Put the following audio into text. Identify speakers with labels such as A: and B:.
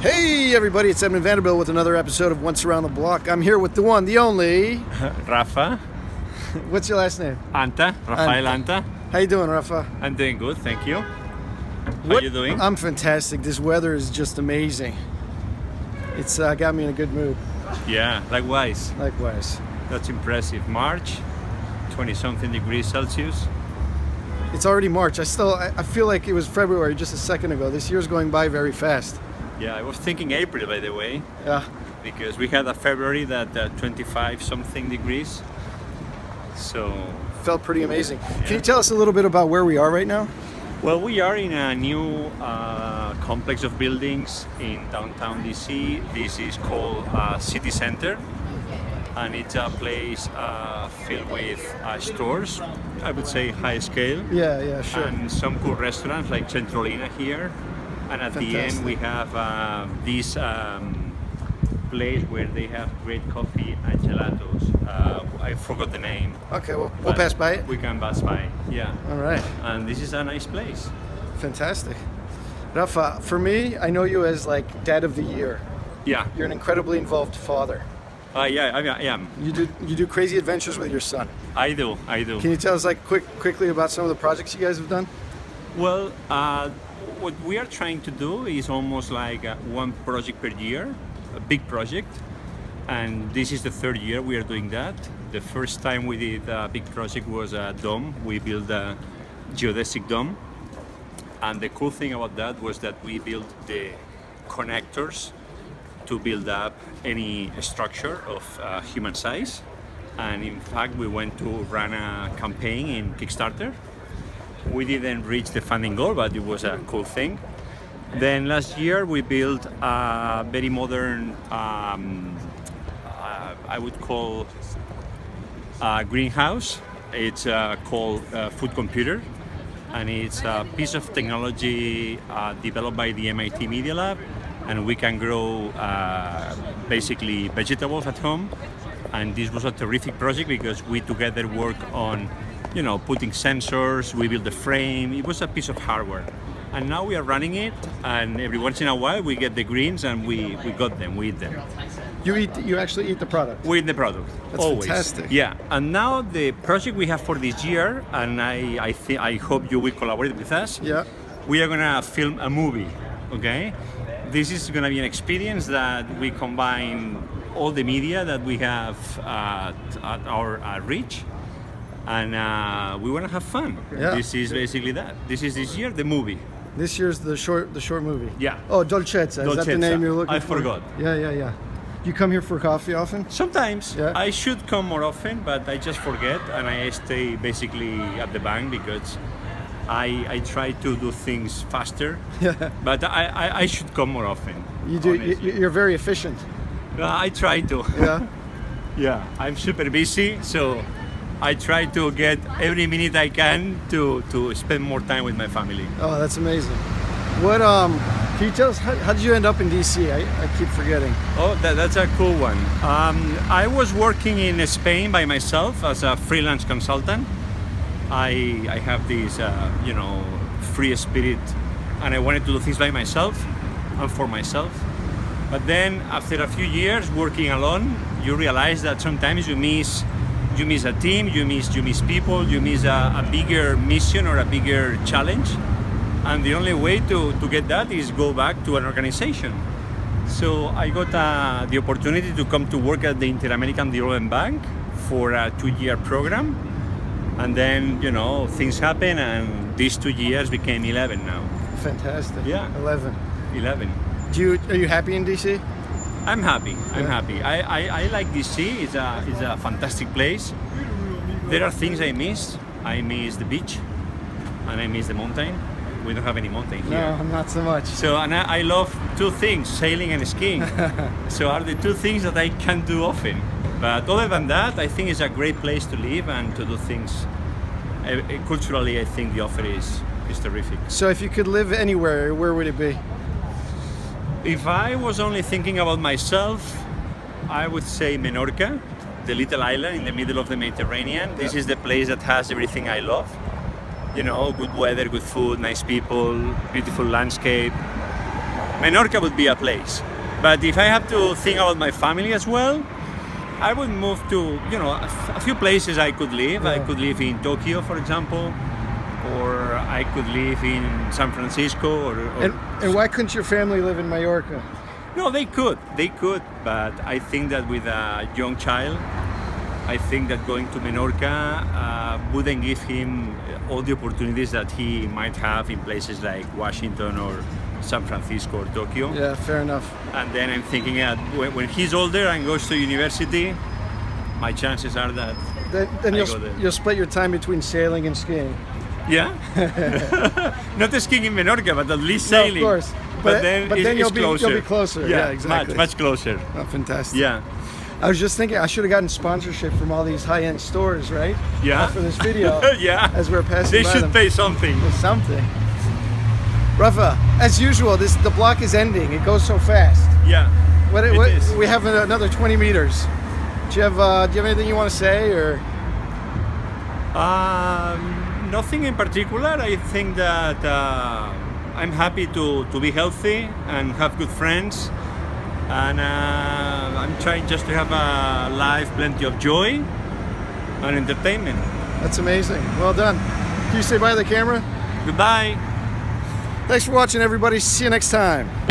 A: Hey, everybody, it's Edmund Vanderbilt with another episode of Once Around the Block. I'm here with the one, the only.
B: Rafa,
A: What's your last name?
B: Anta, Rafael Anta.
A: How you doing, Rafa?
B: I'm doing good, thank you. How
A: What-
B: you doing?
A: I'm fantastic. This weather is just amazing. It's uh, got me in a good mood.
B: yeah, likewise.
A: Likewise,
B: That's impressive. March, 20 something degrees Celsius.
A: it's already March. I still I, I feel like it was February just a second ago. This year's going by very fast.
B: Yeah, I was thinking April, by the way,
A: Yeah,
B: because we had a February that uh, 25 something degrees. So,
A: felt pretty amazing. Can
B: Yeah.
A: you tell us a little bit about where we are right now?
B: well, we are in a new uh, complex of buildings in downtown DC. This is called uh, City Center. and it's a place uh, filled with uh, stores, I would say high scale,
A: Yeah, yeah, sure.
B: and some cool restaurants like Centrolina here. And at the end,
A: Fantastic.
B: we have uh, this um, place where they have great coffee and gelatos. Uh, I forgot the name.
A: okay, well, we'll
B: but
A: pass by it.
B: We can pass by, yeah.
A: All right.
B: And this is a nice place.
A: Fantastic. Rafa, for me, I know you as like dad of the year.
B: Yeah,
A: You're an incredibly involved father.
B: uh, yeah, I, I am.
A: You do you do crazy adventures with your son.
B: I do, I do.
A: Can you tell us like quick quickly about some of the projects you guys have done?
B: Well, uh, what we are trying to do is almost like uh, one project per year, a big project, and this is the third year we are doing that. The first time we did a big project was a dome. We built a geodesic dome, and the cool thing about that was that we built the connectors to build up any structure of uh, human size. And in fact, we went to run a campaign in Kickstarter we didn't reach the funding goal, but it was a cool thing. Then last year we built a very modern, um, uh, I would call a greenhouse. It's uh, called uh, Food Computer, and it's a piece of technology uh, developed by the MIT Media Lab, and we can grow uh, basically vegetables at home. And this was a terrific project because we together work on, you know, putting sensors. We built the frame. It was a piece of hardware, and now we are running it. And every once in a while, we get the greens, and we we got them. We eat them.
A: You eat you actually eat the product.
B: We're in the product.
A: That's
B: always.
A: fantastic.
B: Yeah, and now the project we have for this year, and I I think I hope you will collaborate with us.
A: Yeah.
B: We are gonna film a movie. Okay. This is gonna be an experience that we combine all the media that we have uh, t- at our uh, reach, and uh, we wanna have fun.
A: Yeah.
B: This is basically that. This is this year the movie.
A: This year's the short the short movie.
B: Yeah.
A: Oh, Dolcezza. Is that the
B: Dolcezza.
A: name you're looking
B: I
A: for?
B: forgot.
A: Yeah, yeah, yeah. You come here for coffee often?
B: Sometimes
A: Yeah.
B: I should come more often, but I just forget and I stay basically at the bank because I, I try to do things faster. but I, I, I should come more often.
A: You do you,
B: honestly.
A: you're very efficient.
B: Uh, I try to.
A: Yeah.
B: Yeah. I'm super busy, so I try to get every minute I can to, to spend more time with my family.
A: Oh, that's amazing. What um can you tell us how, how did you end up in DC? I, I keep forgetting.
B: Oh, that, that's a cool one. Um, I was working in Spain by myself as a freelance consultant. I, I have this, uh, you know, free spirit and I wanted to do things by myself and for myself. But then after a few years working alone, you realize that sometimes you miss you miss a team, you miss you miss people, you miss a, a bigger mission or a bigger challenge. And the only way to, to get that is go back to an organization. So I got uh, the opportunity to come to work at the Inter-American Development Bank for a two-year program, and then you know things happen, and these two years became 11 now.
A: Fantastic.
B: Yeah.
A: Eleven.
B: 11.
A: Do you are you happy in DC?
B: I'm happy. I'm
A: Yeah.
B: happy. I, I, I like DC. It's a it's a fantastic place. There are things I miss. I miss the beach, and I miss the mountain. We don't have any mountain here.
A: No, not so much.
B: So and I, I love two things: sailing and skiing. so are the two things that I can do often. But other than that, I think it's a great place to live and to do things. Uh, culturally, I think the offer is is terrific.
A: So if you could live anywhere, where would it be?
B: If I was only thinking about myself, I would say Menorca, the little island in the middle of the Mediterranean. This is the place that has everything I love. You know, good weather, good food, nice people, beautiful landscape. Menorca would be a place. But if I have to think about my family as well, I would move to you know a, f- a few places I could live. I
A: Yeah.
B: could live in Tokyo, for example, or I could live in San Francisco, or, or
A: And, and why couldn't your family live in Mallorca?
B: no, they could, they could. But I think that with a young child, I think that going to Menorca uh, wouldn't give him all the opportunities that he might have in places like Washington or San Francisco or Tokyo.
A: Yeah, fair enough.
B: And then I'm thinking that when when he's older and goes to university, my chances are that
A: Then, then
B: I
A: you'll,
B: go there.
A: sp- you'll split your time between sailing and skiing.
B: Yeah. Not skiing in Menorca, but at least
A: No, of
B: sailing.
A: course.
B: But,
A: But-
B: then,
A: but
B: it-
A: then
B: it's
A: you'll be- you'll
B: closer.
A: be closer. Yeah, exactly.
B: Much, much closer.
A: Oh, fantastic.
B: Yeah.
A: I was just thinking I should have gotten sponsorship from all these high-end stores, right?
B: Yeah.
A: Uh, for this video.
B: yeah.
A: As we're passing
B: they
A: by
B: should
A: them.
B: pay something.
A: Or something. Rafa, as usual, this the block is ending. It goes so fast.
B: Yeah.
A: What,
B: It
A: what
B: is.
A: we have another 20 meters. Do you have uh, do you have anything you want to say or
B: Um, nothing in particular. I think that uh, I'm happy to, to be healthy and have good friends. And uh, I'm trying just to have a life plenty of joy and entertainment.
A: that's amazing. Well done. Can you say bye to the camera?
B: Goodbye.
A: Thanks for watching everybody. See you next time.